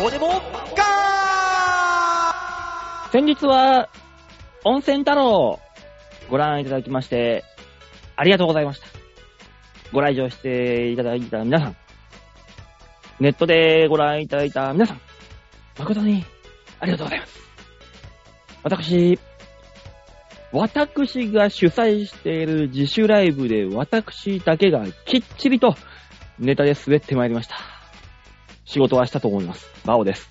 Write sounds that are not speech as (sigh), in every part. どうでもガー先日は、温泉太郎、ご覧いただきまして、ありがとうございました。ご来場していただいた皆さん、ネットでご覧いただいた皆さん、誠にありがとうございます。私、私が主催している自主ライブで私だけがきっちりとネタで滑ってまいりました。仕事はしたと思います。バオです。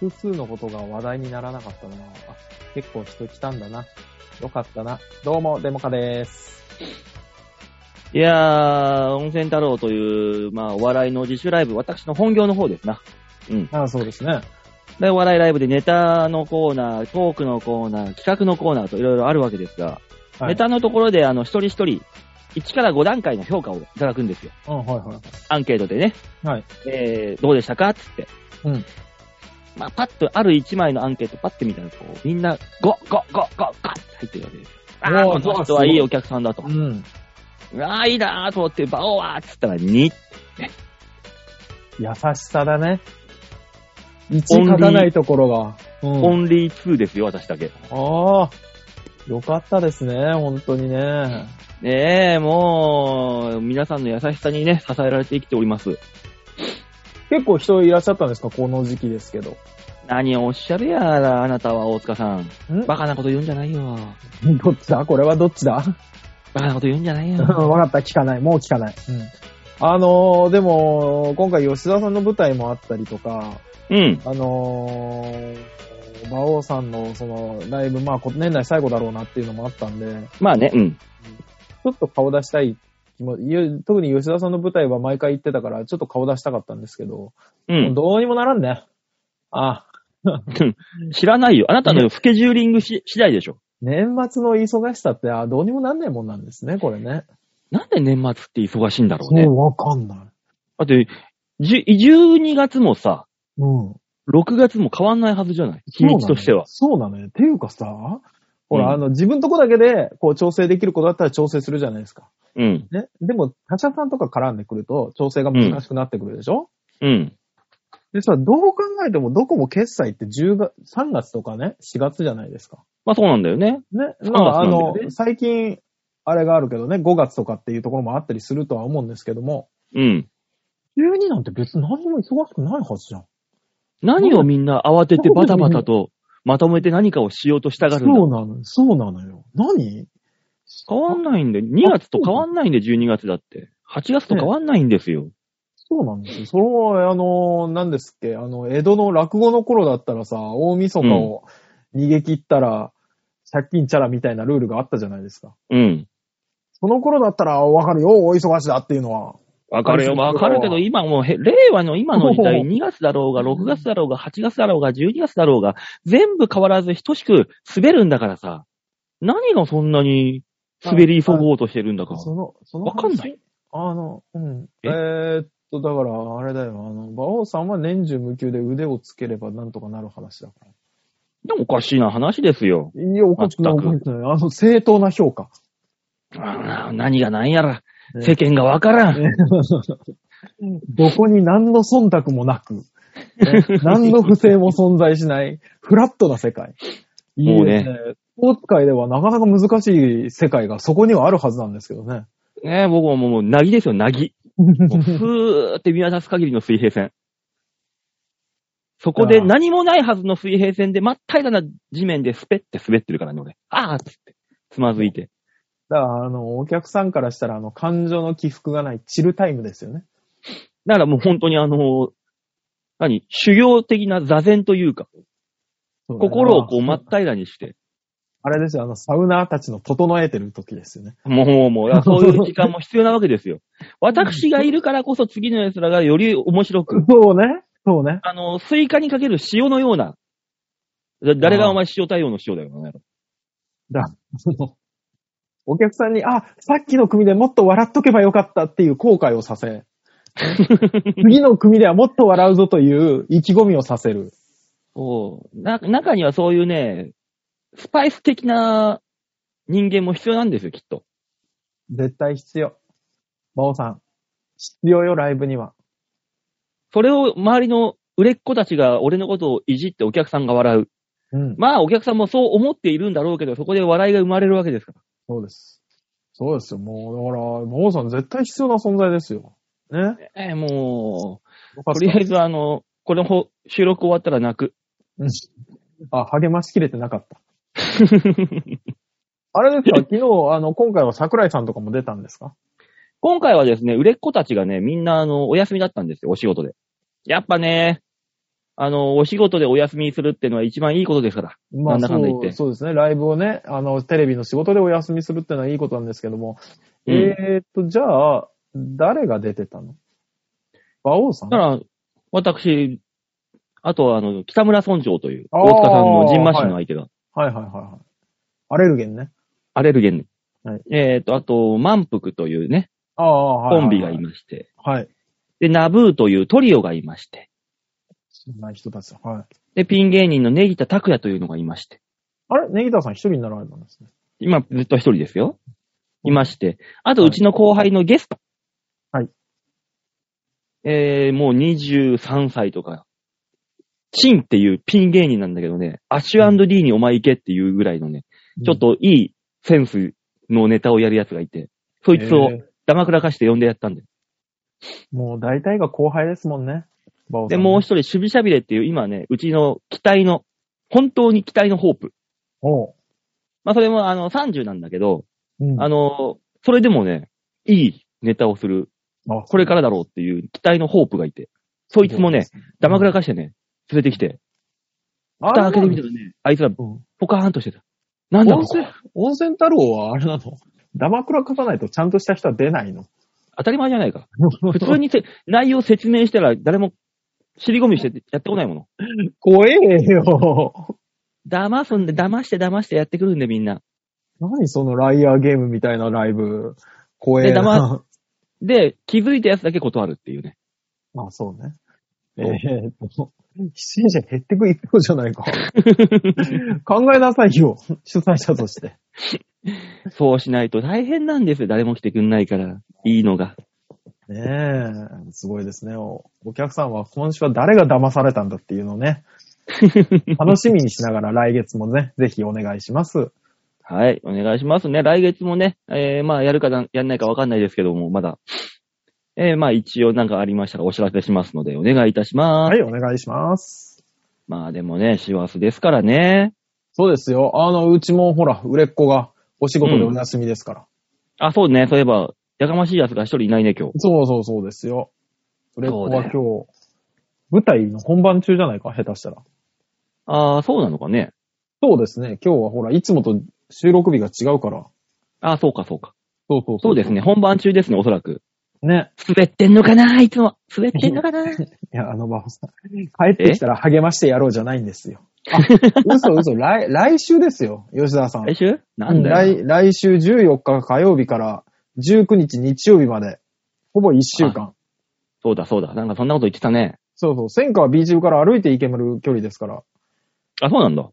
複数のことが話題にならなかったな。あ、結構人来たんだな。よかったな。どうも、デモカです。いやー、温泉太郎という、まあ、お笑いの自主ライブ、私の本業の方ですな。うん。あそうですね。で、お笑いライブでネタのコーナー、トークのコーナー、企画のコーナーといろいろあるわけですが、はいネタのところで、あの、一人一人、1から5段階の評価をいただくんですよ。うん、はいはアンケートでね。い。はい。えー、どうでしたかつって。うん。まあ、パッと、ある1枚のアンケートパッて見たら、こう、みんな、5、5、5、5、5って入ってるわけですよ。あおあ、ーこの人はいいお客さんだと。うん。ああ、いいなーと思って、バオはつったら2優しさだね。一勝たないところが。オうん。ンリー2ですよ、私だけ。ああ。よかったですね、本当にね。ねえ、もう、皆さんの優しさにね、支えられて生きております。結構人いらっしゃったんですかこの時期ですけど。何をおっしゃるやら、あなたは大塚さん。んバカなこと言うんじゃないよ。 (laughs) どっちだこれはどっちだバカなこと言うんじゃないうんよ。 (laughs) (laughs) わかった、聞かない。もう聞かない。うん。あのー、でも、今回吉田さんの舞台もあったりとか、うん。あのー、馬王さんのそのライブ、まあこ年内最後だろうなっていうのもあったんで、まあね、うん。ちょっと顔出したい気も、ゆ特に吉田さんの舞台は毎回行ってたから、ちょっと顔出したかったんですけど、う。もうんどうにもならんね。あ、知らないよ。あなたのスケジューリングし次第でしょ。年末の忙しさって、あ、どうにもなんないもんなんですね、これね。なんで年末って忙しいんだろうね。う、わかんない。だって、じゅ12月もさ、うん。 6月も変わんないはずじゃない日にちとしては。そうなのよ。っていうかさ、ほら、うんあの、自分とこだけで、こう、調整できることだったら調整するじゃないですか。うん。ね。でも、他社さんとか絡んでくると、調整が難しくなってくるでしょ、うん。でさ、どう考えても、どこも決済って10月、3月とかね、4月じゃないですか。まあそうなんだよね。ね。そうまなあ、あんだよのね、最近、あれがあるけどね、5月とかっていうところもあったりするとは思うんですけども、うん。 12なんて別に何も忙しくないはずじゃん。何をみんな慌ててバタバタとまとめて何かをしようとしたがるんだそうなの、そうなのよ。何変わんないんで、2月と変わんないんで、12月だって。8月と変わんないんですよ。そうなんですよ。それは、あの、何ですっけ、あの、江戸の落語の頃だったらさ、大晦日を逃げ切ったら、借金チャラみたいなルールがあったじゃないですか。うん。その頃だったら、わかるよ、お忙しだっていうのは。わかるよ、わかるけど、今もうへ、令和の今の時代、2月だろうが、6月だろうが、8月だろうが、12月だろうが、全部変わらず等しく滑るんだからさ、何がそんなに滑り急ごうとしてるんだか。その、そのわ話かんない。あの、うん。ええーっと、だから、あれだよ、あの、馬王さんは年中無休で腕をつければなんとかなる話だから。でもおかしいな話ですよ。いや、おかしくない、全おくかしくない。あの、正当な評価。あー何が何やら、ね世間がわからん。どこに何の忖度もなく、 (laughs) ね何の不正も存在しない、フラットな世界。いいですね。スポーツ界ではなかなか難しい世界がそこにはあるはずなんですけ (laughs) どね。ね僕はもう、もう、なぎですよ、なぎ。もうふーって見渡す限りの水平 (laughs) 線。そこでああ何もないはずの水平線で真っ平らな地面でスペって滑ってるからね、俺。あーっつって。つまずいて。だから、あの、お客さんからしたら、あの、感情の起伏がないチルタイムですよね。だからもう本当にあのー何修行的な座禅というか、そうだね心をこうま真あっ平らにして、あれですよ、あの、サウナーたちの整えてる時ですよね。もう、もう、だからそういう時間も必要なわけです (laughs) よ。私がいるからこそ次の奴らがより面白く、そうね。そうね。あの、スイカにかける塩のような、だ誰がお前塩対応の塩だよな。だ、その、 (laughs) お客さんに、あ、さっきの組でもっと笑っとけばよかったっていう後悔をさ (laughs) せ、次の組ではもっと笑うぞという意気込みをさせる。おな中にはそういうね、スパイス的な人間も必要なんですよ、きっと。絶対必要。馬王さん、必要よ、ライブには。それを周りの売れっ子たちが俺のことをいじってお客さんが笑う。うん。まあお客さんもそう思っているんだろうけど、そこで笑いが生まれるわけですから。そうです。そうですよ。もう、だから、馬王さん絶対必要な存在ですよ。ね。えーもよう、かったとりあえずあの、このほ収録終わったら泣く。 (laughs) うんあ、励ましきれてなかった。あれですか昨日、あの、今回は桜井さんとかも出たんですか今回はですね、売れっ子たちがね、みんなあの、お休みだったんですよ、お仕事で。やっぱね、あの、お仕事でお休みするってのは一番いいことですから。まなあ、んだそかんだ言ってう、そうですね。ライブをね、あの、テレビの仕事でお休みするってのはいいことなんですけども。うんえーっと、じゃあ、誰が出てたの馬王さんだから、私、あとはあの、北村村長という、大塚さんのジンマシンの相手が、はいはいはいはい。アレルゲンね。アレルゲン。はいえっ、と、あと、満腹というね、ああ、はい、コンビがいまして、はい。で、ナブーというトリオがいまして、そんない人たちだ。はい。で、ピン芸人のネギタ拓也というのがいまして、あれネギタさん一人になられたんですね。今、ずっと一人ですよ。いまして、あと、はいうちの後輩のゲスト。はい。えー、もう23歳とか、チンっていうピン芸人なんだけどね、アッシュ &D にお前行けっていうぐらいのね、ちょっといいセンスのネタをやるやつがいて、そうん、いつをえーダマくらかして呼んでやったんで。もう大体が後輩ですもんね。馬王さで、んもう一人、守備しゃびれっていう、今ね、うちの期待の、本当に期待のホープ。おう。まあ、それも、あの、30なんだけど、うんあの、それでもね、いいネタをする、あこれからだろうっていう期待のホープがいて、そいつもね、、ダマくらかしてね、連れてきて、あ蓋開けてみてたらね、あいつらうんポカーンとしてた。なんだ温ここ泉、温泉太郎はあれなのダマクラ書かないとちゃんとした人は出ないの。当たり前じゃないか。普通にせ内容説明したら誰も尻込みしてやってこないもの。怖えよ。騙すんで、騙して騙してやってくるんでみんな。何そのライアーゲームみたいなライブ。怖えでな黙。で、気づいたやつだけ断るっていうね。 (laughs) まあそうね。えーっと、出演者減ってく一方じゃな (laughs) いか。考えなさいよ。主催者として。そうしないと大変なんですよ。誰も来てくんないから。いいのが。ねえ、すごいですね。おお客さんは今週は誰が騙されたんだっていうの (laughs) をね。楽しみにしながら来月もね、ぜひお願いします。はい。お願いしますね。来月もね、えー、まあ、やるかなやんないかわかんないですけども、まだ。えー、まあ、一応なんかありましたらお知らせしますので、お願いいたします。はい、お願いします。まあ、でもね、師走ですからね。そうですよ。あの、うちもほら、売れっ子がお仕事でお休みですから。あ、そうね。そういえば、やかましい奴が一人いないね、今日。そうそうそうですよ。売れっ子はそう今だ日、舞台の本番中じゃないか、下手したら。ああ、そうなのかね。そうですね。今日はほら、いつもと収録日が違うから。ああ、そうか、そうか。そうそうそうですね。本番中ですね、おそらく。ね。滑ってんのかないつも。滑ってんのかないや、あの、バホさん。帰ってきたら励ましてやろうじゃないんですよ。 (laughs) あ、嘘嘘。来、来週ですよ。吉田さん。来週なんだよ。来、来週14日火曜日から19日日曜日まで。ほぼ1週間。そうだそうだ。なんかそんなこと言ってたね。そうそう。戦火は B チームから歩いて行ける距離ですから。あ、そうなんだ。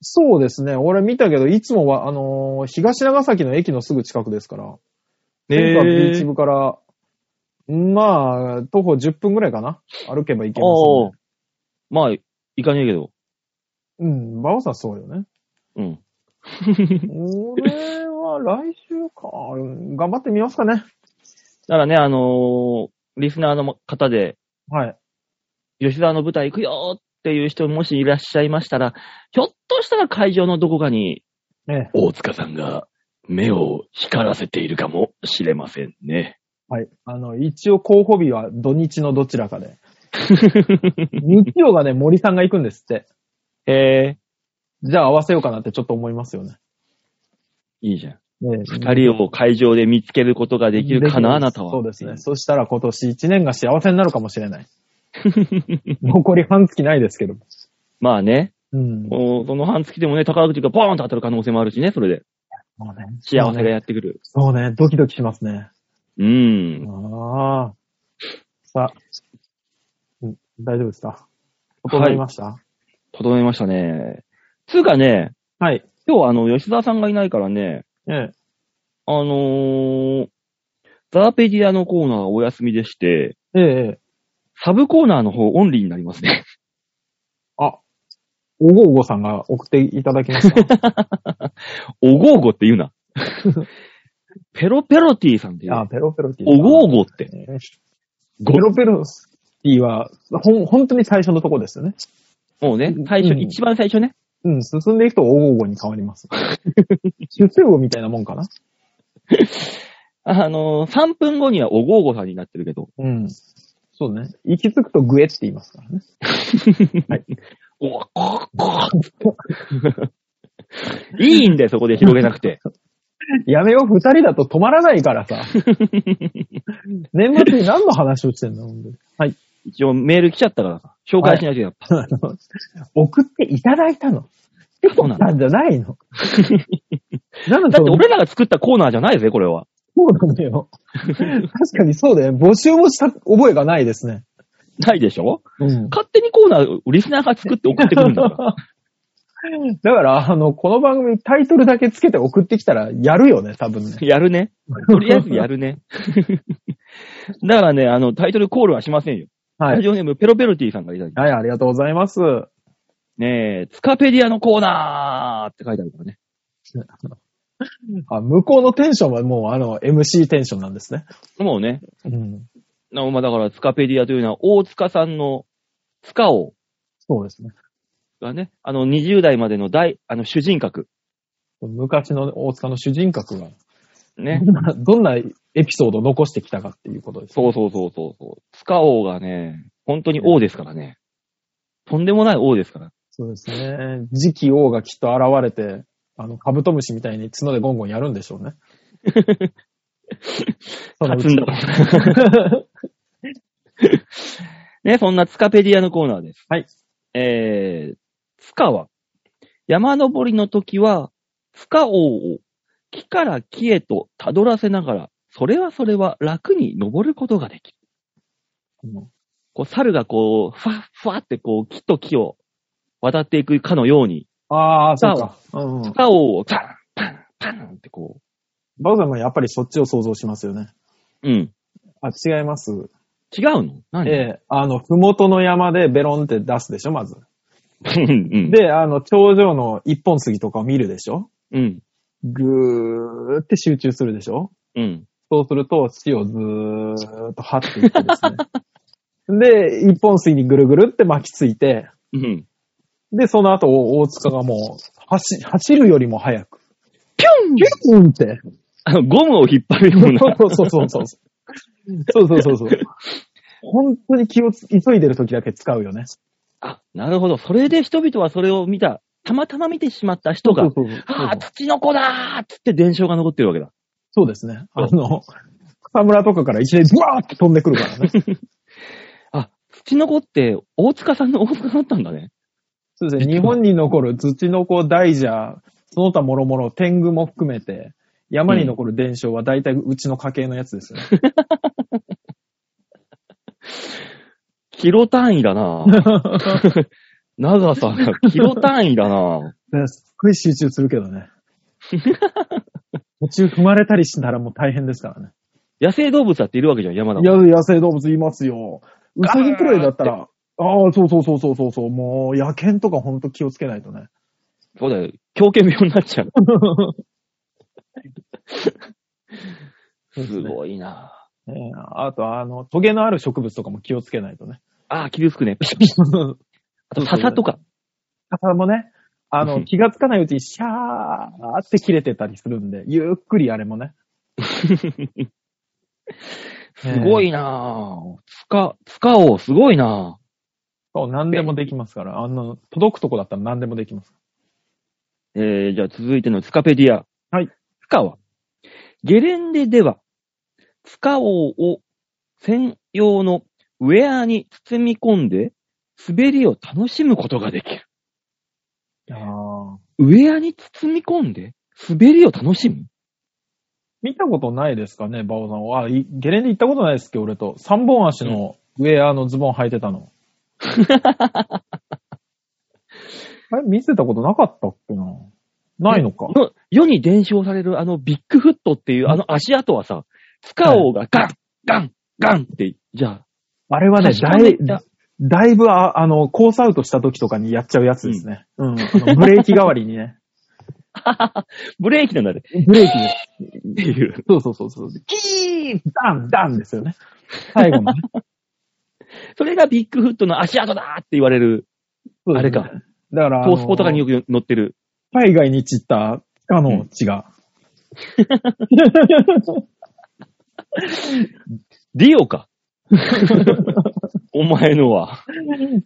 そうですね。俺見たけど、いつもは、あのー東長崎の駅のすぐ近くですから。戦火は B チームから、まあ、徒歩10分ぐらいかな。歩けば行けます、おねー。まあ、いかねえけど。うん、バオさんそうよね。うん。俺は来週か。うん頑張ってみますかね。だからね、あのーリスナーの方で、はい。吉沢の舞台行くよーっていう人もしいらっしゃいましたら、ひょっとしたら会場のどこかに、ね大塚さんが目を光らせているかもしれませんね。はい。あの、一応候補日は土日のどちらかで。日曜がね、森さんが行くんですって。 (laughs) へえ、じゃあ合わせようかなってちょっと思いますよね。 (laughs) いいじゃん。ね二人を会場で見つけることができるかな、あなたは。そうですね。そしたら今年1年が幸せになるかもしれない。残り半月ないですけど。まあね。うん。もおその半月でもね、宝くじがポーンと当たる可能性もあるしね、それで。うね。幸せがやってくる。そうね。ドキドキしますね。うん。ああ。さあ。うん大丈夫ですか整いました整いましたね。つうかね、はい。今日あの、吉沢さんがいないからね、ええ。あのー、ザーペディアのコーナーお休みでして、ええ。サブコーナーの方オンリーになりますね。 (laughs) おごおごさんが送っていただきました。おごおごって言うな。ペロペロティさんって言うあ、。ペロペロティー。おごおごって。ペロペロティーは、ほん、本当に最初のとこですよね。もうね、最初、うん一番最初ね。うん、進んでいくとおごおごに変わります。出世魚みたいなもんかなあのー、3分後にはおごおごさんになってるけど、うん。そうね。行き着くとグエって言いますからね。 (laughs) おごおご (laughs) いいんだよ、そこで広げなくて。やめよう、二人だと止まらないか (laughs) らさ。年末に何の話をしてんだ、ほんとにはい。一応メール来ちゃったからさ、紹介しないとやっぱ。あの送っていただいたの。そう (laughs) なんだ。なんじゃないの。なのだって俺らが作ったコーナーじゃないぜ、これは。そうなのよ。確かにそうだよ。募集もした覚えがないですね。ないでしょうん。勝手にコーナー、リスナーが作って送ってくるんだから。 (laughs) だから、あの、この番組タイトルだけつけて送ってきたらやるよね、多分ね。やるね。 (laughs) とりあえずやるね。 (laughs) だからね、あの、タイトルコールはしませんよ。はラい。ジオネーム、ペロペロティさんがいただきはい、ありがとうございます。ねえ、ツカペディアのコーナーって書いてあるからね。あ、向こうのテンションはもうあの、MC テンションなんですね。もうね、うん。なまあだから、ツカペディアというのは、大塚さんの塚王そうですね。がね、あの、20代までの大、あの、主人格。昔の大塚の主人格が、 (laughs) ね。どんなどんなエピソードを残してきたかっていうことです。そうそうそうそうそう。塚王がね、本当に王ですからね。とんでもない王ですから。そうですね。次期王がきっと現れて、あの、カブトムシみたいに角でゴンゴンやるんでしょ (laughs) うね。そのう勝ちつんだから。 (laughs) ね、そんなツカペディアのコーナーです。はい。えー、ツカは、山登りの時は、ツカ王を木から木へとたどらせながら、それはそれは楽に登ることができる。うんこう、猿がこう、ふわっふわってこう、木と木を渡っていくかのように、ああ、そうか。うんうんツ。カ王をパン、パン、パンってこバウザーもやっぱりそっちを想像しますよね。う、うん。あ、違います。違うの何ええあの、ふもとの山でベロンって出すでしょ、まず。うんうんで、あの、頂上の一本杉とかを見るでしょうん。ぐーって集中するでしょうん。そうすると、土をずーっと張っていくんです (laughs) ね。で、一本杉にぐるぐるって巻きついて、うん。で、その後、大塚がもう、走、走るよりも早く。ぴょんピュンって。あの、ゴムを引っ張るような。そうそうそうそう。そうそうそうそう。本当に気をつ急いでる時だけ使うよね。あ、なるほど。それで人々はそれを見た。たまたま見てしまった人が、そうそうそうああ、土の子だーっつって伝承が残ってるわけだ。そうですね。あの、草むらとかから一連ブワーって飛んでくるからね。あ、土の子って大塚さんの大塚だったんだね。そうですね。日本に残る土の子、大蛇、その他もろもろ、天狗も含めて、山に残る伝承は大体うちの家系のやつですよね。キロ単位だ (laughs) な長さがキロ単位だなですっごい集中するけど (laughs) ね。途中踏まれたりしたらもう大変ですからね。野生動物だっているわけじゃん、山だい。や、野生動物いますよ。ウサギくらいだったら、ああ、そうそうそうそうそうそう、もう野犬とかほんと気をつけないとね。そうだよ。狂犬病になっちゃう。すごいなえーあと、あの、トゲのある植物とかも気をつけないとね。ああ、傷つくね。ピ (laughs) シャピシャあと、笹とか。笹もね、あうの、ん気がつかないうちにシャーって切れてたりするんで、ゆっくりあれもね。すごいなぁ。つか、つかおう、すごいなそう、何でもできますから。あの、届くとこだったら何でもできます。ぁ。えー、じゃあ続いてのつかペディア。はい。つかは、ゲレンデでは、つかおうを専用のウェアに包み込んで、滑りを楽しむことができる。ああ。ウェアに包み込んで、滑りを楽しむ見たことないですかね、バオさんは。あ、いゲレンデ行ったことないですけど、俺と。三本足のウェアのズボン履いて (laughs) たの。あれ見せたことなかったっけなないのか。の世に伝承されるあのビッグフットっていうあの足跡はさ、つかおうがガン、ガン、ガンって、じゃあ、あれはね、確かだめいた、だいぶあ、あの、コースアウトした時とかにやっちゃうやつですね。うん。あのブレーキ代わりにね。 (laughs) ブレーキなんだね。ブレーキです。っていう。そうそうそうそう。キーンダンダンですよね。最後のね。それがビッグフットの足跡だって言われる、そうですね (laughs) あれか。だから、あトのースポとかによく乗ってる。海外に散った鹿の (laughs) 血が。リオ (laughs) か。お前のは。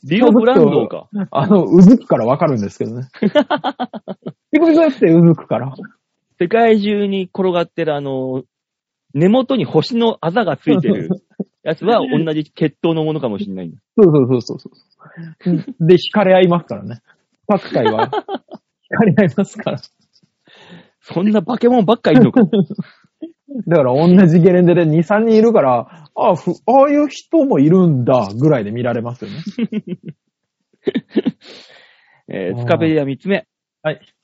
リオブランドか。 (laughs) あの、うずくからわかるんですけ (laughs) どね。ピコピコってうずくから。世界中に転がってるあの、根元に星のあざがついて (laughs) るやつは同じ血統のものかもしれない。そうそうそうそうそう。で、惹かれ合いますからね。各界 (laughs) は。惹かれ合いますから。そんな化け物ばっかいる (laughs) のか。だから同じゲレンデで2、3人いるから、ああ、ふああいう人もいるんだ、ぐらいで見られますよね。えースカベリア3つ目。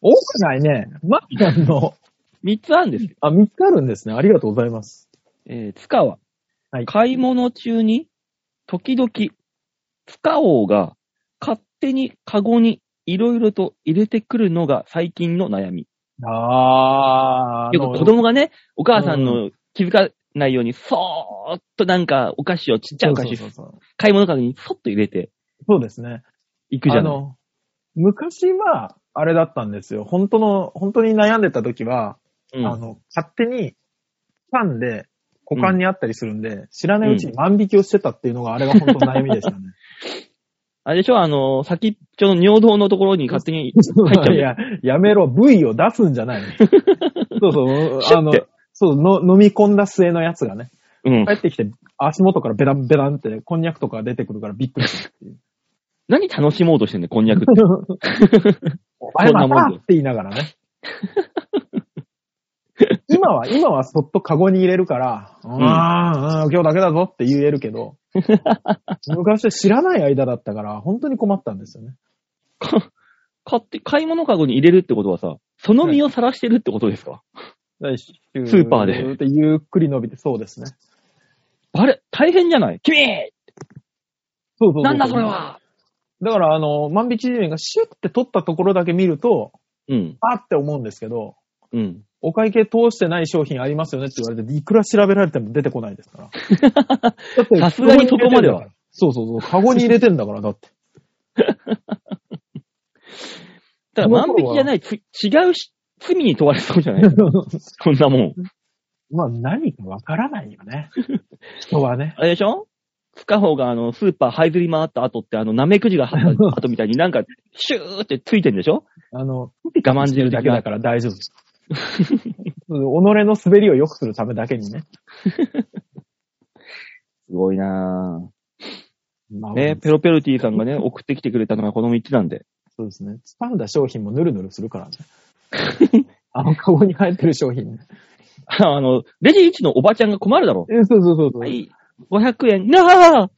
多くないね。マキさんの、 3つあるんですよ。あ、見つかるんですね。ありがとうございます。えー、ツカは、はい買い物中に、時々、ツカ王が勝手にカゴにいろいろと入れてくるのが最近の悩み。あー、よく子供がね、お母さんの気づかないように、そーっとなんかお菓子を、ちっちゃいお菓そう子そう、そうそう買い物カゴにそっと入れてそうですね。いくじゃあない。の、昔は、あれだったんですよ。本当の、本当に悩んでた時は、うんあの、勝手に、パンで、股間にあったりするんで、知らないうちに万引きをしてたっていうのが、あれが本当の悩みで (laughs) したね。あれでしょあの、先っちょの尿道のところに勝手に入っちゃういよ。や、やめろ、部位を出すんじゃない (laughs) の。そうそう、シュッてあの、そうの、飲み込んだ末のやつがね、うん帰。ってきて、足元からベランベランって、こんにゃくとかが出てくるからびっくりするっていう。何楽しもうとしてんだよ、こんにゃくって。お前そんなまもんたでって言いながらね。 (laughs) 今は、今はそっとカゴに入れるから、うん、うん、今日だけだぞって言えるけど、昔は知らない間だったから、本当に困ったんですよね。か買って、買い物カゴに入れるってことはさ、その身をさらしてるってことですか、ススーパーでゆっくり伸びて、そうですね。あれ、大変じゃない君そうそうそうなんだそれはだから、あの、万引き G メンがシュッて取ったところだけ見ると、うん、あって思うんですけど、うん。お会計通してない商品ありますよねって言われて、いくら調べられても出てこないですから。 (laughs) だってさすがにそこまでは。そうそうそう。カゴに入れてんだから、(laughs) だって。ただ、その万頃は引きじゃない、つ違うし罪に問われそうじゃない (laughs) そんなもん。まあ、何かわからないよ (laughs) ね。人はね。あれでしょスカホがあの、スーパー這いずり回った後って、あの、ナメクジが這った後み (laughs) たいになんか、シューってついてんでしょあの、我慢汁だだけけだだかから大丈夫。 (laughs) 己の滑りを良くするためだけにね。すごいなまあぁ。ね、ペロペロティさんがね、送ってきてくれたのがこの3つなんで。 (laughs) そうですね。つかんだ商品もヌルヌルするからね。 (laughs) あのカゴに入ってる商品ね。あの、レジ1のおばちゃんが困るだろ。えそうそうそうそう、はい、500円、なぁ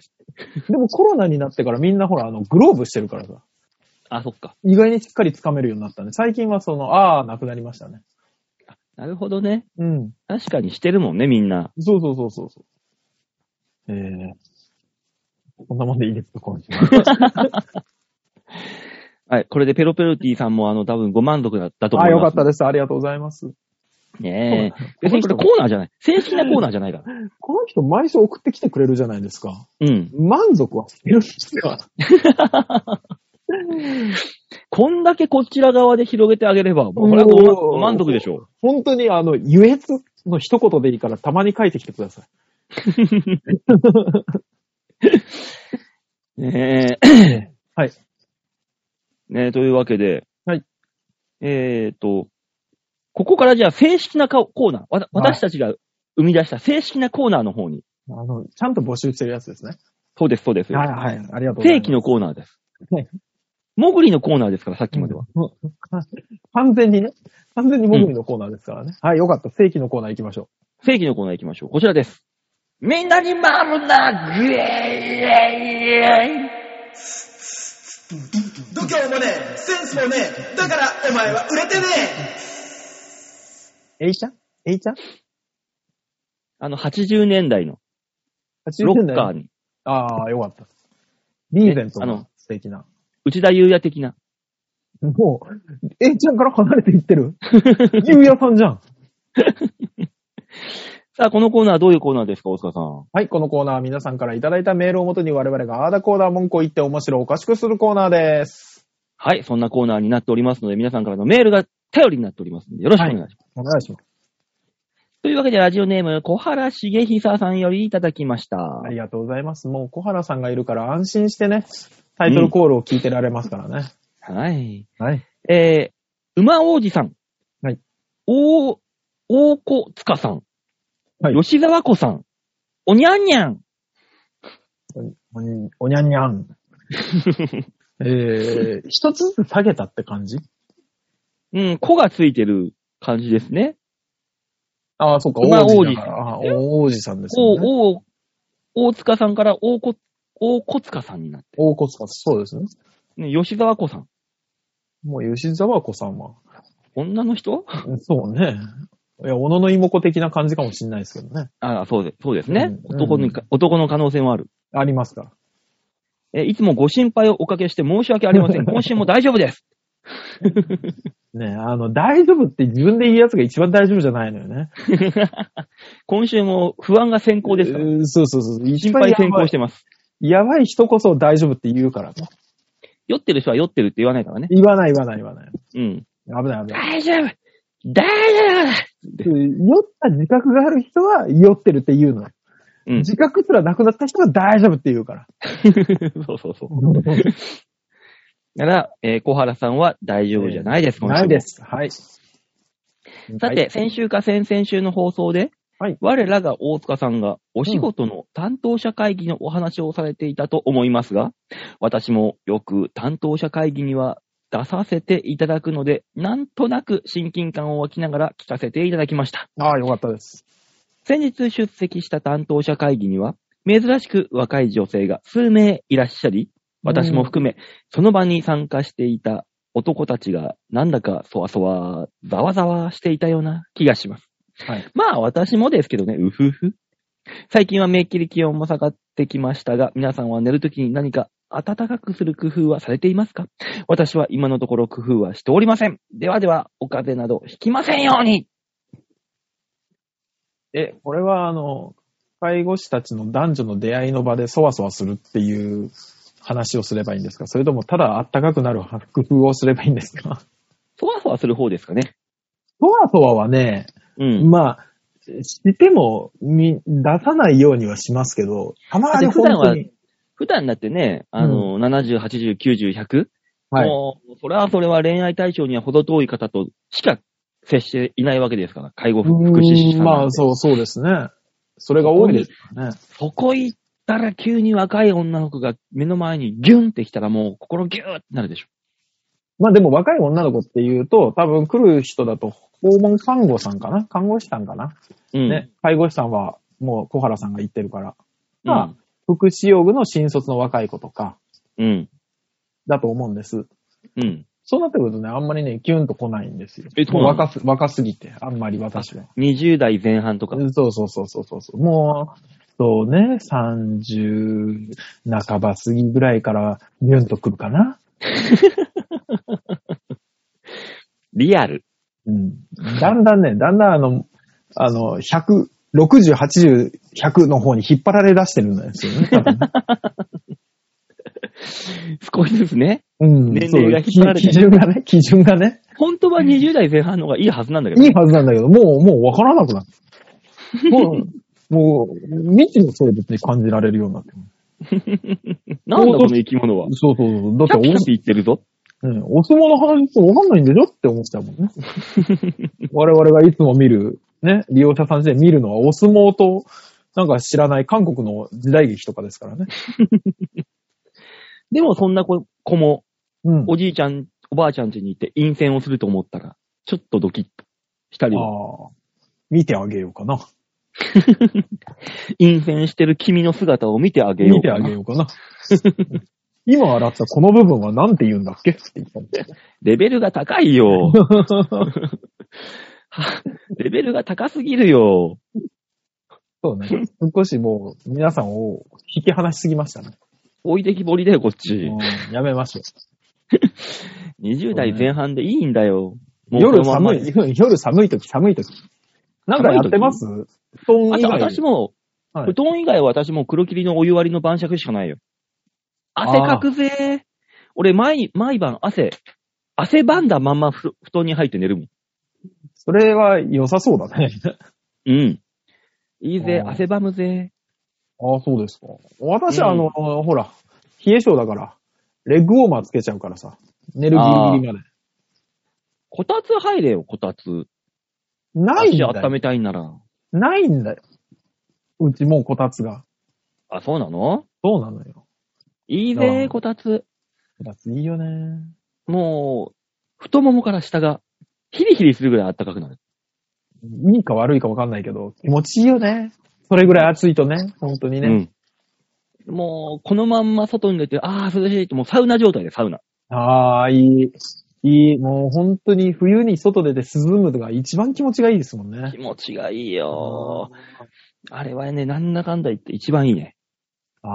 でもコロナになってからみんなほら、あの、グローブしてるからさ。あ、そっか。意外にしっかりつかめるようになったね。最近はその、あー、なくなりましたね。なるほどね。うん。確かにしてるもんね、みんな。そうそうそうそうそう。えー。こんなもんでいいですか、今週は。はい。これでペロペロティさんも、あの、多分ご満足だったと思 (laughs) あ、いよまかす。ったです。ありがとうございます。た。ねえ。別にこれコーナーじゃない。正式なコーナーじゃないから。この人、毎週送ってきてくれるじゃないですか。うん。満足はしてるんですよ。こんだけこちら側で広げてあげれば、もうこれはご満おーご満足でしょ本当に、あの、優越の一言でいいから、たまに書いてきてください。う。ねえ。 (coughs) はい。ねえ、というわけで。はい。えーと、ここからじゃあ正式な顔コーナー。わた私たちが生み出した正式なコーナーの方に。あの、ちゃんと募集してるやつですね。そうです、そうです。はい、はい、ありがとうござい正ます。規のコーナーですはい。もぐりのコーナーですから、さっきまでは。うん。完全にね、完全に僕のコーナーですからね。はい、よかった。正規のコーナー行きましょ正規のコーナー行きましょう。こちらです。みんなに回るなグエーイ度胸もねえ、センスもねえ、だからお前は売れてねう。えいちゃんえいちゃんあの、80年代の ?80 ロ年ッ代カーに、ああ、よかった。リーゼントねあのの素敵な。内田優也的な。もう、A ちゃんから離れていってるゆうやさんじゃん。さあ、このコーナーはどういうコーナーですか、大塚さん。はい、このコーナーは皆さんからいただいたメールをもとに我々があーだこーだ文句を言って面白おかしくするコーナーです。はい、そんなコーナーになっておりますので、皆さんからのメールが頼りになっておりますので、よろしくお願いします。お願いします。というわけで、ラジオネーム、小原茂久さんよりいただきました。ありがとうございます。もう小原さんがいるから安心してね、タイトルコールを聞いてられますからね。はい。はい。えー、馬王子さん。はい。大、大子塚さん。はい吉沢子さん。おにゃんにゃん。おにおにゃんにゃ (laughs) ん。えー、一つずつ下げたって感じうん、子がついてる感じですね。ああ、そうか、まあ王子だから。ああ王子さんですよね。お、お、大塚さんから大子、大子塚さんになって。王子さん、そうですね。ね、吉沢子さん。もう吉沢子さんは。 (laughs) 女の人 (laughs) そうね。いや、小野の妹子的な感じかもしれないですけどね。ああ、そうです。そうですね。うん男のか、男の可能性もある。ありますから。え、いつもご心配をおかけして申し訳ありません。 (laughs) 今週も大丈夫です。ねあの、大丈夫って自分で言うやつが一番大丈夫じゃないのよね。今週も不安が先行ですから。うーそうそうそう。。心配先行しててます。やばい人こそ大丈夫って言うからね。酔ってる人は酔ってるって言わないからね。言わない言わない言わない。うん。危ない危な大い。丈夫大丈酔った自覚がある人は酔ってるって言うのよ。 (laughs) うん自覚すらなくなった人は大丈夫って言うから。夫そうそうそう。だから、えー小原さんは大丈夫じゃないです、今週もないで。す。はい。さて、先週か先々週の放送で、はい我らが大塚さんがお仕事の担当者会議のお話をされていたと思いますが、私もよく担当者会議には出させていただくので、なんとなく親近感を湧きながら聞かせていただきました。ああ、よかったです。先日出席した担当者会議には、珍しく若い女性が数名いらっしゃり、私も含め、その場に参加していた男たちが、なんだかそわそわ、ざわざわしていたような気がします。はい。まあ、私もですけどね、うふふ。最近はめっきり気温も下がってきましたが、皆さんは寝るときに何か暖かくする工夫はされていますか私は今のところ工夫はしておりません。ではでは、お風邪などひきませんようにえ、これは、あの、介護士たちの男女の出会いの場でそわそわするっていう話をすればいいんですかそれともただあったかくなる工夫をすればいいんですかそわそわする方ですかね。 (laughs) そわそわはね、うん。まあ、してもみ出さないようにはしますけど、たまにだって普段本は当に。普段だってね、あの、70、80、90、100。はい。もう、それはそれは恋愛対象には程遠い方としか接していないわけですから、介護う福祉士ーさんん。まあ、そう、そうですね。それが多いですからね。そこ行ったら急に若い女の子が目の前にギュンってきたらもう心ギューってなるでしょ。まあでも若い女の子っていうと、多分来る人だと訪問看護さんかな看護師さんかなうん。ね、介護士さんはもう小原さんが言ってるから、うん。まあ福祉用具の新卒の若い子とかうん。だと思うんです。うん。そうなってくるとね、あんまりね、キュンと来ないんですよ。えそうなの若す若すぎて、あんまり私は。 20代前半とか。そうそうそうそうそうそう。もう、そうね、30半ば過ぎぐらいから、ニュンと来るかな。リアル。うん。だんだんね、だんだんあの、あの、100、60、80、100の方に引っ張られ出してるんですよね。多 (laughs) 分ね少しずつね。うん。年齢が引っ張られてそう基準がね、基準がね。本当は20代前半の方がいいはずなんだけど。いいはずなんだけど、もう、もう分からなくな (laughs) る。もう、もう、未知の生物に感じられるようになってる。なんだこの生き物は。そうそうそう。だキャっピてキャピ言ってるぞ。お、ね、お相撲の話って分かんないんでしょって思っちゃうもんね。 (laughs) 我々がいつも見る、ね、利用者さんで見るのはお相撲と、なんか知らない韓国の時代劇とかですからね。でもそんな子子もうん。おじいちゃん、おばあちゃん家に行って陰線をすると思ったら、ちょっとドキッとしたりは、ああ。見てあげようかな。陰線してる君の姿を見てあげよう。見てあげようかな。 (laughs) 今洗ったこの部分は何て言うんだっけって言ったんだよレベルが高い (laughs) よ。 (laughs) はレベルが高すぎるよ。そうね。少しもう、皆さんを引き離しすぎましたね。置いてきぼりだよ、こっち。うんやめましょう。 20代前半でいいんだよ。もう夜このまんま寒い、うん夜寒い時、寒い時。なんかやってます布あ団以と外私も、はい布団以外は私も黒霧のお湯割りの晩酌しかないよ。汗かくぜ。俺、毎、毎晩汗、汗ばんだまんまふ布団に入って寝るもん。それは良さそうだね。うん。いいぜ、あー汗ばむぜ。ああ、そうですか。私は、うあんの、ほら、冷え性だから、レッグウォーマーつけちゃうからさ、寝るギリギリまで。こたつ入れよ、こたつ。ないん足だ温よ。めたいんなら。ないんだよ。うちもうこたつが。あ、そうなのそうなのよ。いいあーぜ、こたつ。こたついいよね。もう、太ももから下が、ヒリヒリするぐらい暖かくなる。いいか悪いかわかんないけど、気持ちいいよね。それぐらい暑いとね、本当にね。うん。もう、このまんま外に出て、ああ、涼しいって、もうサウナ状態で、サウナ。ああ、いい。いい。もう本当に冬に外出て涼むのが一番気持ちがいいですもんね気。持ちがいいよ。あれはね、なんだかんだ言って一番いいね。あ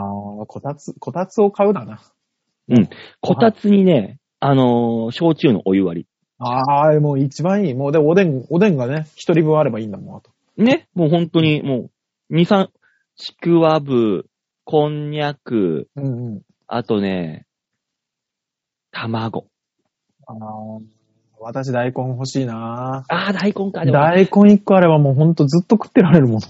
あ、こたつ、こたつを買うだな。こたつにね、あのー焼酎のお湯割ああ、もう一番いい。もうで、おでん、おでんがね、一人分あればいいんだもん、あと。り。ね、もう本当に、もう、2、3、ちくわぶ、こんにゃく、うんうん。あとね、卵。あのー私大根欲しいなああ、大根か。でも大根一個あればもうほんとずっと食ってられるもん。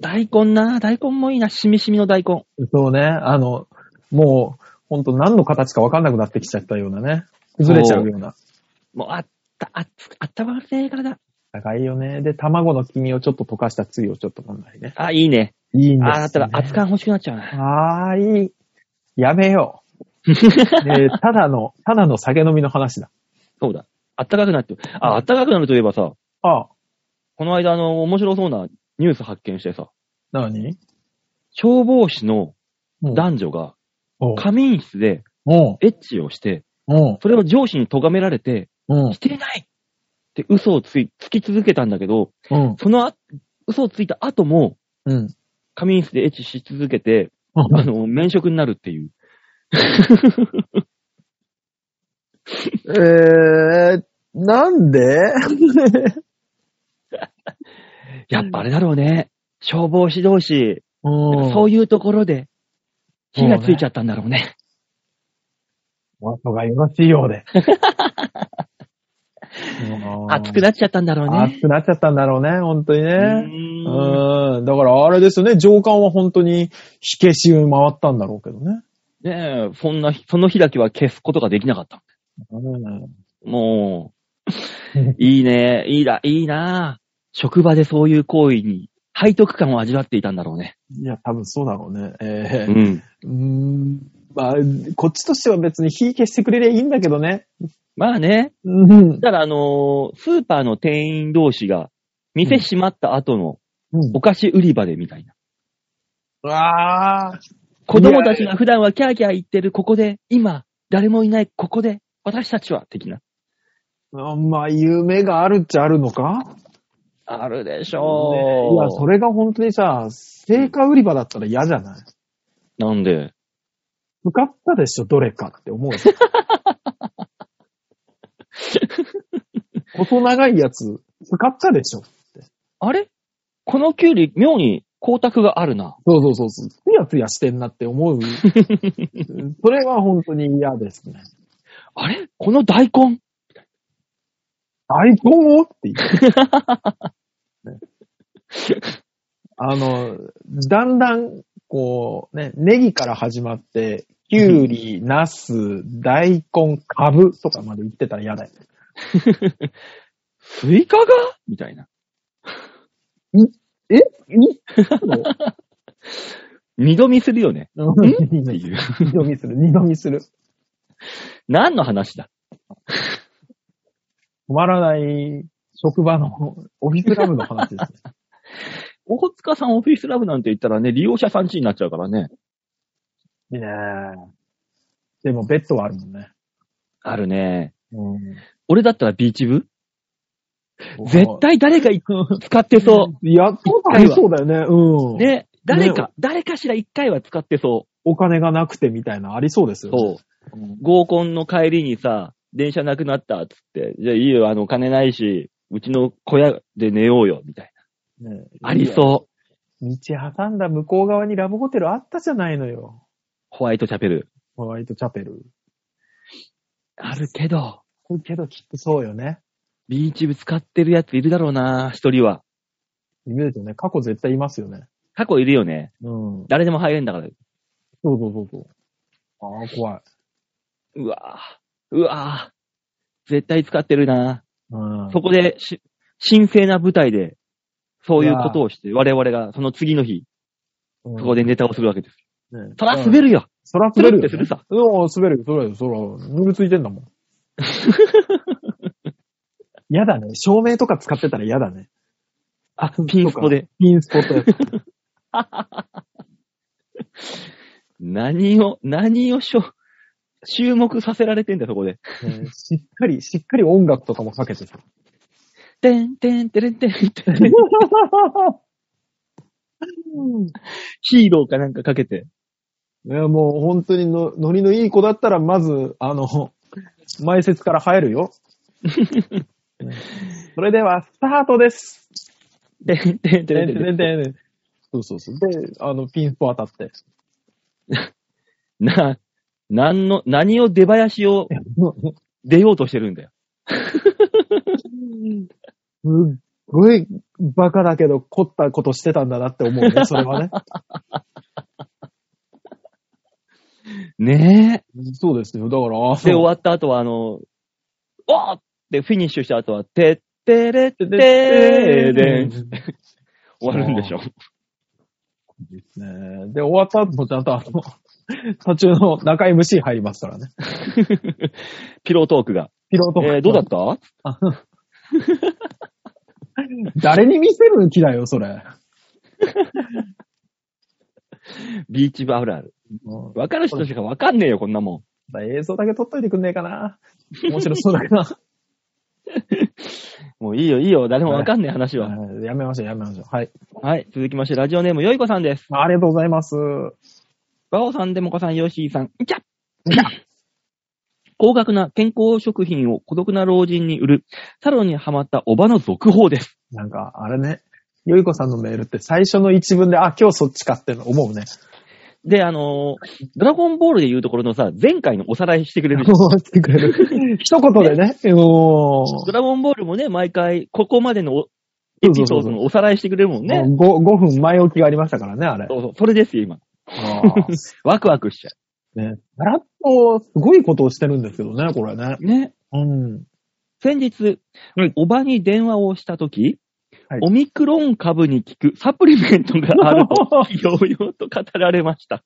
大根な、大根もいいな、しみしみの大根。そうね。あの、もう、ほんと何の形かわかんなくなってきちゃったようなね。崩れちゃうような。もう、あった、あった、あったまるね、体。高いよね。で、卵の黄身をちょっと溶かしたつゆをちょっと飲んだりね。あ、いいね。いいんです、ね。ああ、だったら熱燗欲しくなっちゃうな。ああ、いい。やめよ (laughs) う、えーただの、ただの酒飲みの話だ。そうだ。あったかくなってる。あ、あったかくなるといえばさ、ああ、この間あの、面白そうなニュース発見してさ、なに消防士のうん男女がおう仮眠室でおうエッチをして、おうそれを上司に咎められて、うんしていないって嘘をつい、つき続けたんだけど、 (laughs) うんそのあ嘘をついた後も、うん仮眠室でエッチし続けて、あの、免職になるっていう。えー、なんでやっぱあれだろうね。消防士同士、うんそういうところで火がついちゃったんだろうね。お後がよろしいよう (laughs) で。熱くなっちゃったんだろうね。熱くなっちゃったんだろうね、本当にうね。うーんん。だからあれですよね、上官は本当に火消しを回ったんだろうけどね。ねえ、そんな、その日だけは消すことができなかった。うもう、いいね、いいだ、いいな職場でそういう行為に背徳感を味わっていたんだろうね。ん。いや、多分そうだろうね。うえーん。うーん。まあ、こっちとしては別に火消してくれりゃいいんだけどね。まあね、うん。ただあのースーパーの店員同士が、店閉まった後のうんお菓子売り場でみたいな。ああ。子供たちが普段はキャーキャー言ってるここで、今、誰もいないここで、私たちは、的な。まあ、夢があるっちゃあるのかあるでしねょう。いや、それが本当にさ、成果売り場だったら嫌じゃないなんで向かったでしょ、どれかって思う (laughs) よ。細長いやつ、使ったでしょ。あれこのキュウリ、妙に光沢があるな。そうそうそうそう。つやつやしてんなって (laughs) 思う。それは本当に嫌ですね。あれこの大根大根をって言 (laughs) う、ねあの、だんだん、こう、ね、ネギから始まって、キュウリ、ナス、大根、カブとかまで言ってたら嫌だよ。スイカがみたいな。え (laughs) 二度見するよね。 (laughs) 二っていう。度見する、二度見する。何の話だ止まらない職場の (laughs) オフィスラブの話です (laughs) ね。大塚さんオフィスラブなんて言ったらね、利用者さんちになっちゃうからね。いいねでもベッドはあるもんね。あるね。うん俺だったらビーチ部絶対誰か使ってそいや、ありそうだよね。うう。ん。ね。誰かね、誰かしら一回は使ってそお金がなくてみたいな、ありそうですう。よね。そう。合コンの帰りにさ、電車なくなったっつって、じゃあいいよ、あの、金ないし、うちの小屋で寝ようよ、みたいねな。ありそう。道挟んだ向こう側にラブホテルあったじゃないのよ。ホワイトチャペル。ホワイトチャペル。あるけど、けどきっとそうよね。ビーチ部使ってるやついるだろうな、一人は。見るとね、過去絶対いますよね。過去いるよね。うん。誰でも入れんだから。そうそうそうそう。ああ、怖い。うわぁ、うわぁ、絶対使ってるな。うん。そこでし、神聖な舞台で、そういうことをして、我々がその次の日、うんそこでネタをするわけです。ねそら滑るよそらス滑ルるっよてすね。るさ。うん、滑るよ、滑るよ、そら、塗りついてんだもん。嫌だね。照明とか使ってたら嫌だね。あ、ピンスポで。ピンスポットやつ。何を、何をしょ、注目させられてんだよ、そこで。ねしっかり、しっかり音楽とかもかけてさ。てんてんてれんてんてん。ヒーローかなんかかけて。いや、もう本当にの、ノリのいい子だったら、まず、あの、前説から入るよ。ねそれでは、スタートです。てんてんてでれでんてんてん。ででそうそうそう。で、あの、ピンスポ当たって。な、何の、何を出囃子を出ようとしてるんだよ。すっごいバカだけど凝ったことしてたんだなって思うね、それはね。ね (laughs) そうですよ。だから、あえ。で、終のわった後は、あの、おーってフィニッシュした後は、てってれってれでん。終わるんでしょ。ねえで、終わった後もちゃんとあの、途中の中 MC 入りますからね。 (laughs) ピロートークが。ピロートえーどうだった (laughs) 誰に見せる気だよ、それ。ビーチ部あるある。うんわかる人しかわかんねえよ、こんなもん。映像だけ撮っといてくんねえかな。 (laughs) 面白そうだけどな。もういいよ、いいよ。誰もわかんねえ話は。はいやめましょう、やめましょう。はい。はい。続きまして、ラジオネーム、よいこさんです。ありがとうございます。バオさん、デモカさん、ヨッシーさん、いちゃ高額な健康食品を孤独な老人に売る、サロンにハマったおばの続報です。なんか、あれね。よいこさんのメールって最初の一文で、あ、今日そっちかって思うね。で、あのードラゴンボールで言うところのさ、前回のおさらいしてくれるじゃん思ってくれ (laughs) る。一言でね。もドラゴンボールもね、毎回、ここまでのおエピソードのおさらいしてくれるもんう、ね。 5、分前置きがありましたからね、あれ。そうそう、それですよ、今。あワクワクしちゃーね。さらっと、すごいことをしてるんですけどね、これね。う。ね。うん。先日、はいおばに電話をしたとき、はいオミクロン株に効くサプリメントがあると、ようようと語られました。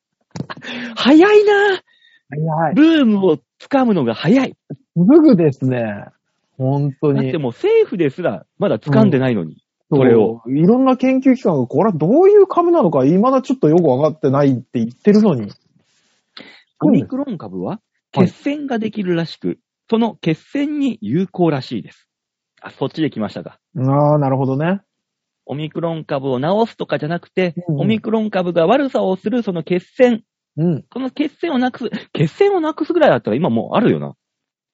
早いなぁ早い。ブームをつかむのが早い。すぐですね。本当だっにて。もう政府ですらまだ掴んでないのに。そうこれを。いろんな研究機関が、これはどういう株なのか、未だちょっとよくわかってないって言ってるのに。オミクロン株ははい血栓ができるらしく、その血栓に有効らしいです。あ、そっちで来ましたか。ああ、なるほどね。オミクロン株を治すとかじゃなくて、うんうんオミクロン株が悪さをするその血栓、うん。この血栓をなくす、 (laughs) 血栓をなくすぐらいだったら今もうあるよな。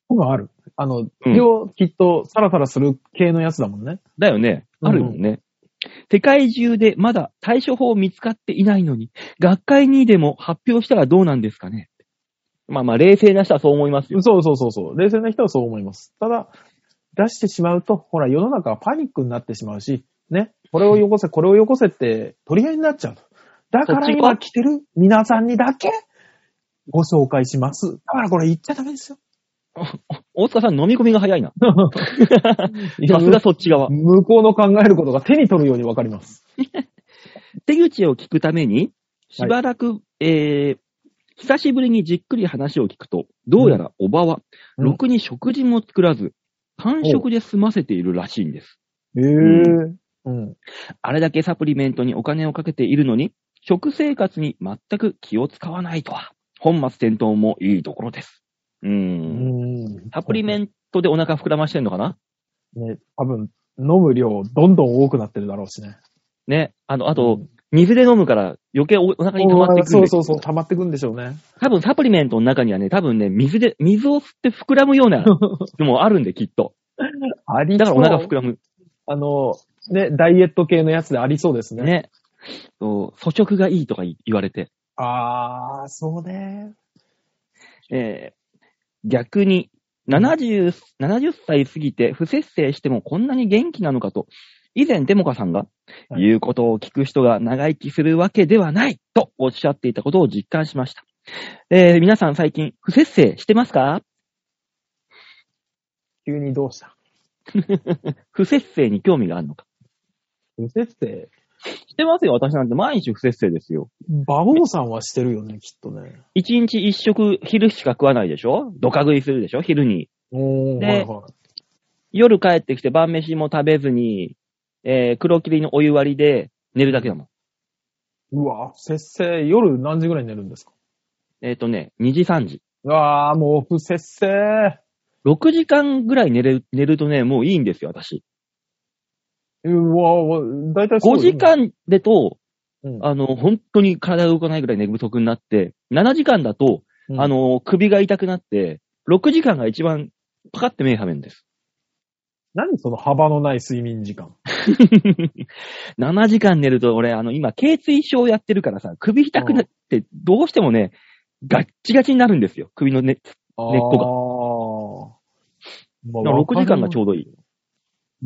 僕はある。あの、うん量、きっと、サラサラする系のやつだもんね。だよね。あるもんね。世界中でまだ対処法見つかっていないのに、学会にでも発表したらどうなんですかね。まあまあ、冷静な人はそう思いますよ。そうそうそうそう。冷静な人はそう思います。ただ、出してしまうと、ほら、世の中はパニックになってしまうし、ね、これをよこせ、これをよこせって取り合いになっちゃうと。だからそっち行こう今来てる皆さんにだけご紹介します。だからこれ言っちゃダ (laughs) メですよ。大塚さん飲み込みが (laughs) 早いな。いやさすがそっち側。向こうの考えることが手に取るようにわかります。手口を聞くために、しばらく、えー、久しぶりにじっくり話を聞くと、どうやらおばは、うんろくに食事も作らず、完食で済ませているらしいんです。へえ。うん。あれだけサプリメントにお金をかけているのに、食生活に全く気を使わないとは、本末転倒もいいところです。うーん。うん。サプリメンントでお腹膨らましてんのかなト。ね、多分、飲む量、どんどん多くなってるだろうしね。ね。あの、あと、水で飲むから余計おお腹に溜まってくる。そうそうそう、溜まってくんでしょうね。多分サプリメントの中にはね、多分ね、水で、水を吸って膨らむよう (laughs) なのもあるんで、きっと。ありだからお腹膨ららむ。あの、ね、ダイエット系のやつでありそうですね。ね。そう、粗食がいいとか言われて。あー、そうね。えー逆に、70、70歳過ぎて不節制してもこんなに元気なのかと、以前デモカさんが、はい言うことを聞く人が長生きするわけではないとおっしゃっていたことを実感しました。えー皆さん最近不節制してますか急にどうした不節制に興味があるのか。無節制。してますよ、私なんて毎日不節制ですよ。馬王さんはしてるよね、きっとね。一日一食昼しか食わないでしょドカ食いするでしょ昼に。おー、ねはいはい。夜帰ってきて晩飯も食べずに、えー黒霧のお湯割りで寝るだけだもん。うわ、節制、夜何時ぐらいに寝るんですかえっ、とね、2時3時。うわー、もう不節制。 6時間ぐらい寝れ寝るとね、もういいんですよ、私。うわだいたい5時、間でと、うんあの、本当に体が動かないぐらい寝不足になって、7時間だと、うんあ、の、首が痛くなって、6時間が一番パカって目覚めるんです。 (laughs) 何その幅のない睡眠時間。 7時間寝ると、俺、あの、今、頚椎症やってるからさ、首痛くなって、どうしてもね、ガッチガチになるんですよ、首のね。根っこが。だまから6時間がちょうどいい。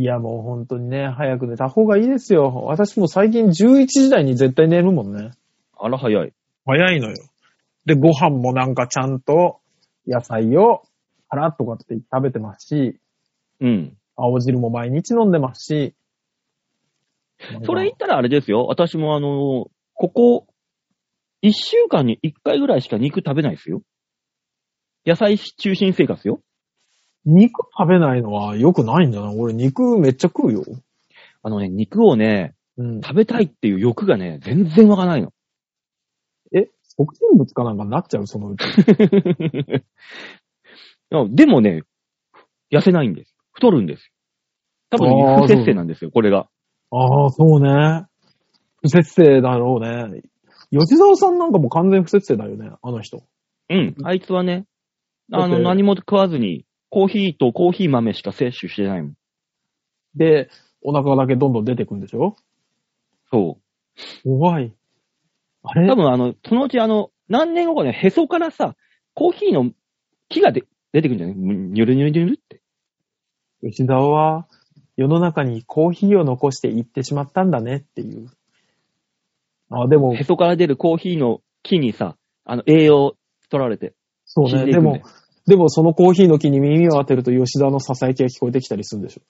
いや、もう本当にね、早く寝た方がいいですよ。私も最近11時台に絶対寝るもんね。あら、早い。早いのよ。で、ご飯もなんかちゃんと野菜をパラッとかって食べてますし、うん。青汁も毎日飲んでますし。それ言ったらあれですよ、私もあの、ここ、1週間に1回ぐらいしか肉食べないですよ。野菜中心生活よ。肉食べないのは良くないんだな。俺肉めっちゃ食うよ。あのね、肉をね、うん。食べたいっていう欲がね、全然わかないの。 (laughs) え、食人物かなんかになっちゃうそのうち。いやでもね、痩せないんです。太るんです。多あ分、ー不節制なんですよ、これが。ああ、そうね。不節制だろうね。吉沢さんなんかも完全不節制だよね、あの人。うん。あいつはね、あだっの、て何も食わずに、コーヒーとコーヒー豆しか摂取してないもん。で、お腹だけどんどん出てくんでしょそ怖い。あう。れ多分、あの、そのうち、あの、何年後かね、へそからさ、コーヒーの木がで出てくるんじゃないニュルニュルニュルって。吉沢は世の中にコーヒーを残していってしまったんだねっていう。あ、でもへ、そから出るコーヒーの木にさ、あの、栄養取られて。そう死んね。でいでくんだもよ、でもそのコーヒーの木に耳を当てると吉沢の囁きが聞こえてきたりするんでしょ。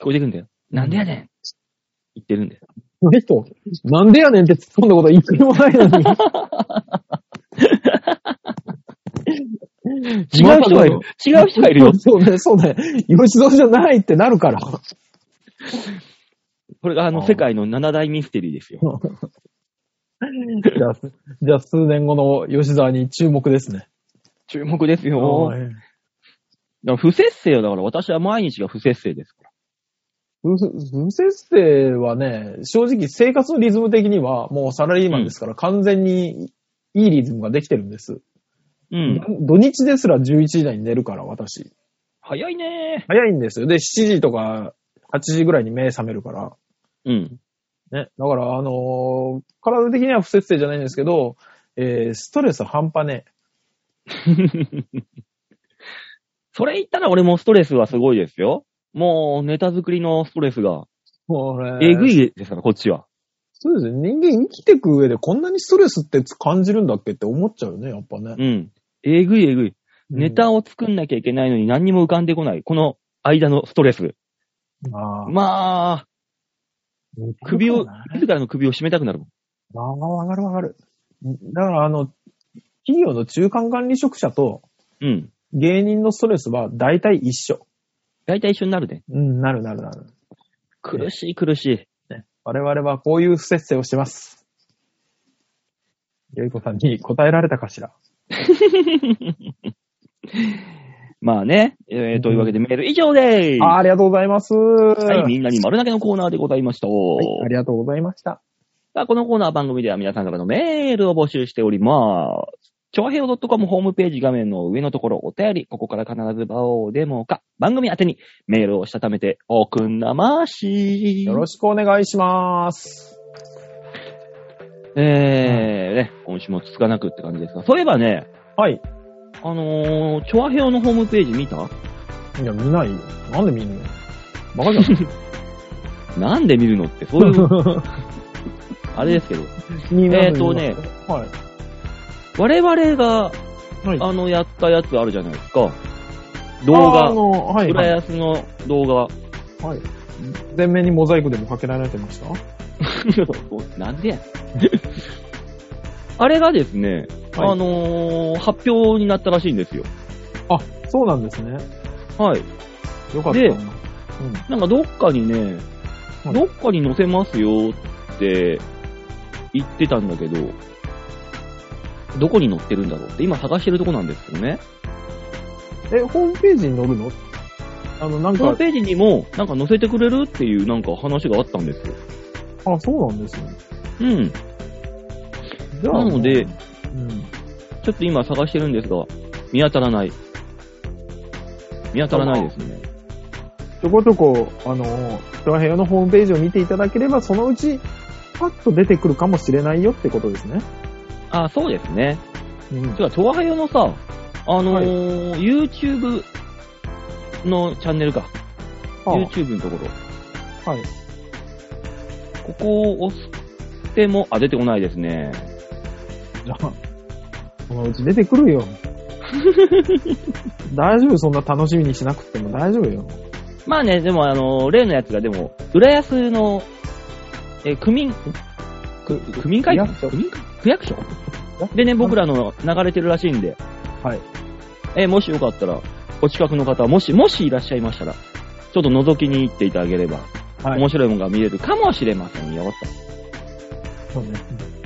聞こえてくんだよ。なんでやねん言ってるんだよ。この人、なんでやねんって突っ込んだ (laughs) ことは一回もないのに。違う人がいる。違う人がいるよ。そうね、そうね。吉沢じゃないってなるから。これがああのー世界の七大ミステリーですよ。じゃあ、じゃあ数年後の吉沢に注目ですね。注目ですよ。はいだから不節制よだから私は毎日が不節制ですから。不不節制はね、正直生活のリズム的にはもうサラリーマンですから完全にいいリズムができてるんです。うん。土日ですら11時台に寝るから私。早いね早いんですよ。で、7時とか8時ぐらいに目覚めるから。うん。ね。だから、あのー体的には不節制じゃないんですけど、えー、ストレス半端ねえ。それ言ったら俺もストレスはすごいですよ。もうネタ作りのストレスが、これえぐいですから、こっちは。そうですね。人間生きていく上でこんなにストレスって感じるんだっけって思っちゃうよね、やっぱうね。ん。えぐいえぐい。ネうタを作んなきゃいけないのに何にも浮かんでこない。この間のストレス。んあまあ、あ、首をわ、自らの首を絞めたくなるもん。わかるわかる。だからあの、企業の中間管理職者とうん。芸人のストレスは大体一緒。大体一緒になるね。うん、なるなるなる。苦しい苦しい。我々はこういう不節制をしてます。よいこさんに答えられたかしら。まあね、えー、というわけでメール以上でーす。あありがとうございます。ははい、みんなに丸投げのコーナーでございました。はいありがとうございました。さあ、このコーナーは番組では皆さんからのメールを募集しております。長平洋 .com ホームページ画面の上のところお便り、ここから必ず場をデモか、番組宛てにメールをしたためておくんなまし。よろしくお願いします。えー、ね、今週もつつかなくって感じですが、そういえばね、はい。あのー、チョアヘオのホームページ見たいや、見ないよ。なんで見んのバカじゃん。 (laughs) (laughs) なんで見るのって、そういう、あれですけど、見ないえーとね。はい。我々が、はいあの、やったやつあるじゃないですか。動画あ、の、はい。浦はい。安の動 (laughs) 画。はい全面にモザイクでもかけられてましたなんでや。あれがですね、はいあのー発表になったらしいんですよ。そうなんですね。はい。よかったな。でうんなんかどっかにね、はいどっかに載せますよって言ってたんだけど、どこに載ってるんだろうって今探してるとこなんですけどね。え、ホームページに載るのあの、なんホームか、ページにもなんか載せてくれるっていうなんか話があったんですよ。あ、そうなんですね。うん。じゃなあ、ので、うん。ちょっと今探してるんですが、見当たらない。見当たらないですね。ちょこちょこ、あの、人は部屋のホームページを見ていただければ、そのうち、パッと出てくるかもしれないよってことですね。あ、そうですね。うん。じゃあ、トワハヨのさ、あのー YouTube のチャンネルか。あ YouTube のところ。はい。ここを押しても、あ、出てこないですね。じゃあ、そのうち出てくる (laughs) よ。大丈夫、そんな楽しみにしなくても大丈夫よ。まあね、でもあのー例のやつがでも、浦安の、えー区民、く区民会館区役所区民会区役所でね、僕らの流れてるらしいんで。はい。えーもしよかったら、お近くの方、もし、もしいらっしゃいましたら、ちょっと覗きに行っていただければ、はい面白いものが見れるかもしれませんよ、と。そうね。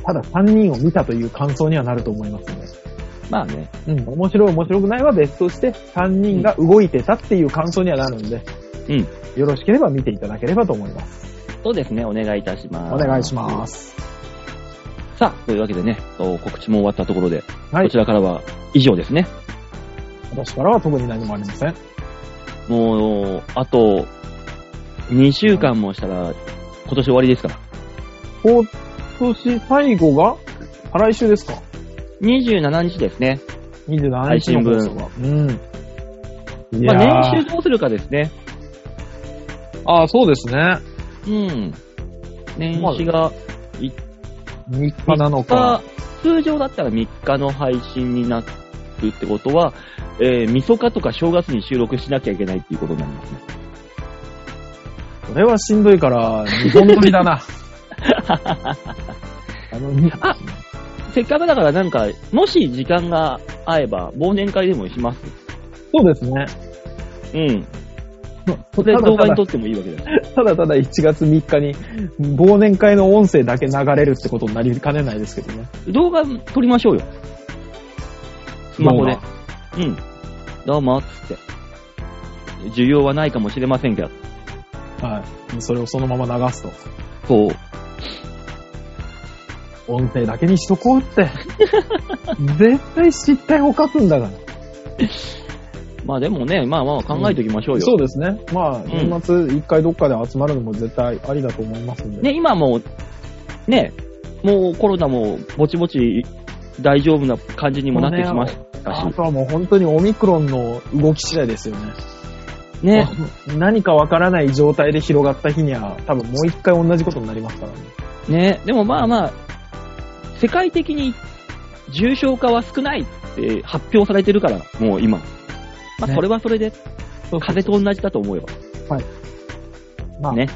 ただ3人を見たという感想にはなると思いますね。まあね。うん。面白い、面白くないは別として、3人が動いてたっていう感想にはなるんで、うん。よろしければ見ていただければと思います。そうですね、お願いいたします。お願いします。す。さあ、というわけでね、と告知も終わったところで、はいこちらからは以上ですね。私からは特に何もありません。もう、あと、2週間もしたら、今年終わりですから。今年最後が、再来週ですか27日ですね。 ?27 日の放送が。うん。いまやー、あ、年収どうするかですね。ああ、そうですね。うん。年始が3日なのがか。通常だったら3日の配信になるってことは、えー、晦日とか正月に収録しなきゃいけないっていうことになりますね。 (laughs) これはしんどいから、2本撮りだな。 (laughs) あの、にあせっかくだからなんか、もし時間が合えば、忘年会でもします。そうですね。うん。そで、れ動画に撮ってもいいわけだし。ただただ1月3日に忘年会の音声だけ流れるってことになりかねないですけどね。動画撮りましょうよ。スマホで。うん。どうも、っつって。需要はないかもしれませんけど。はい。それをそのまま流すと。そう。音声だけにしとこう (laughs) って。絶対失態を犯すんだから。まあでもね、まあまあ考えておきましょうよ。そうですね。まあ、ん年末一回どっかで集まるのも絶対ありだと思いますんで。ね、今もう、ね、もうコロナもぼちぼち大丈夫な感じにもなってきましたあし、とはもう本当にオミクロンの動き次第ですよね。ね、何かわからない状態で広がった日には、多分もう一回同じことになりますからね。ね、でもまあまあ、世界的に重症化は少ないって発表されてるから、もう今。まあねそれはそれで、風邪と同じだと思うよ。まあ、ね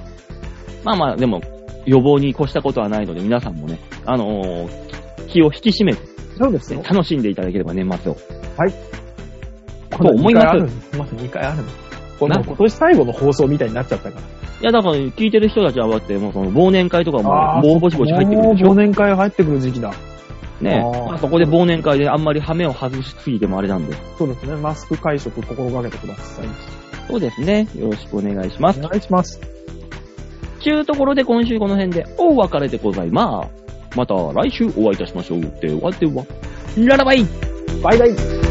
まあまあ、でも、予防に越したことはないので、皆さんもね、あのー気を引き締めて、そうですよ。楽しんでいただければ年末を。と思いますす。まず2回あるんです。このな今年最後の放送みたいになっちゃったから。いや、だから、聞いてる人たちは、だって、もう、その、忘年会とかも、もうぼちぼち入ってくるでしもうょ忘年会入ってくる時期だ。ね、あーまあそこで忘年会であんまりハメを外しすぎてもあれなんで。そうですね。マスク会食心がけてください。そうですね。よろしくお願いします。お願いします。ちゅうところで今週この辺でお別れでございます。また来週お会いいたしましょう。ではでは、ララバイバイバイ